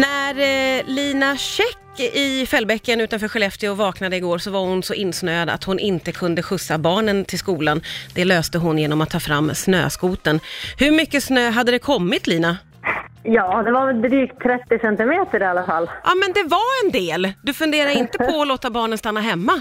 När eh, Lina Käck i Fällbäcken utanför Skellefteå vaknade igår så var hon så insnöad att hon inte kunde skjutsa barnen till skolan. Det löste hon genom att ta fram snöskoten. Hur mycket snö hade det kommit Lina? Ja, det var väl drygt 30 centimeter i alla fall. Ja men det var en del. Du funderar inte på att låta barnen stanna hemma?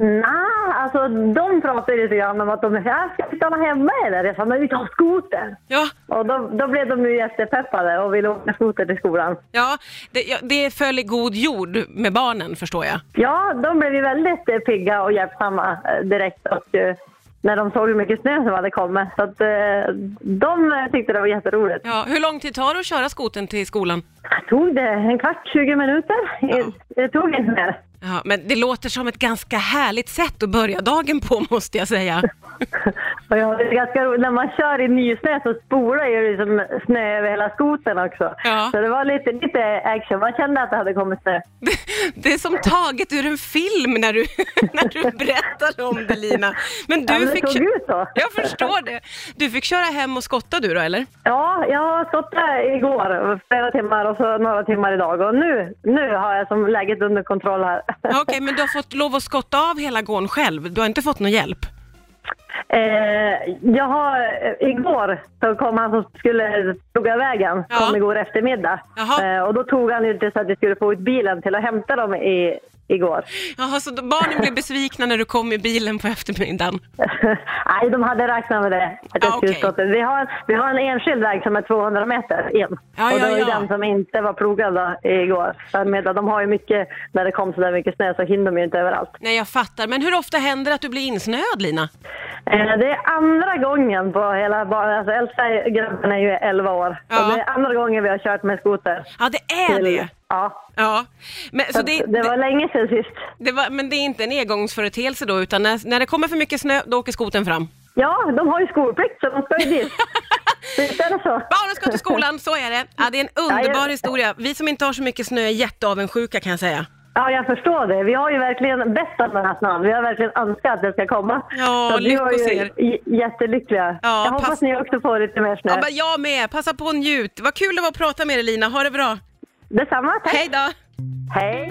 Nej, alltså de pratar ju lite grann om att de är här, ska vi stanna hemma eller? Jag sa, men vi tar skoter. Ja, Och då, då blev de ju jättepeppade och ville åka skoter till skolan. ja, det, ja, det föll i god jord med barnen förstår jag. Ja, de blev ju väldigt eh, pigga och hjälpsamma eh, direkt och eh, när de såg hur mycket snö som hade kommit. Så att eh, de eh, tyckte det var jätteroligt. Ja, hur lång tid tar det att köra skoten till skolan? Tog det en kvart, 20 minuter? Ja. Det tog inte mer. Ja, men det låter som ett ganska härligt sätt att börja dagen på måste jag säga. Och ja, det är ganska roligt. När man kör i nysnö så spolar ju liksom snö över hela skoten också. Ja. Så det var lite, lite action. Man kände att det hade kommit snö. Det, det är som taget ur en film när du, när du berättade om det Lina. Men du Ja, men det fick... såg kö- ut så. Jag förstår det. Du fick köra hem och skotta du då eller? Ja, jag har stått där igår flera timmar och så några timmar idag. Och nu, nu har jag som läget under kontroll här. Ja, Okej, men du har fått lov att skotta av hela gården själv. Du har inte fått någon hjälp? Eh, jag har, eh, igår så kom han som skulle plugga vägen, Ja. kom igår eftermiddag. Jaha. Eh, och då tog han ju till så att vi skulle få ut bilen till att hämta dem i, igår. Jaha, så då- barnen blev besvikna när du kom i bilen på eftermiddagen? Nej, de hade räknat med det. Att jag Ah, skulle okej. stå till. vi, har, vi har en enskild väg som är 200 meter in. Ja, och det ja, var ju ja. den som inte var plogad då, igår. För Medan de har ju mycket, när det kom så där mycket snö så hinner de ju inte överallt. Nej, jag fattar. Men hur ofta händer det att du blir insnöad Lina? Eh, det är andra gången på hela banan. Alltså äldsta grabben är ju 11 år. Ja. Och det är andra gången vi har kört med skoter. Ja, det är Till- det. Ja. Ja, men, så Så det, det, var länge sedan sist. det var, men det är inte en engångsföreteelse då, utan när, när det kommer för mycket snö, då åker skoten fram? Ja, de har ju skolplikt så de ska ju dit. Visst är det så? Barnen ska till skolan, så är det. Ja, det är en Ja, underbar jag- historia. Vi som inte har så mycket snö är jätteavundsjuka kan jag säga. Ja, jag förstår det. Vi har ju verkligen bett om den här snön. Vi har verkligen önskat att den ska komma. Ja, Så att vi var ju lyckos er. j- jättelyckliga. Ja, jag hoppas pass- ni också får lite mer snö. Ja, men jag med. Passa på och njut. Vad kul det var att prata med dig Lina. Ha det bra. Detsamma, tack. Hej då. Hej.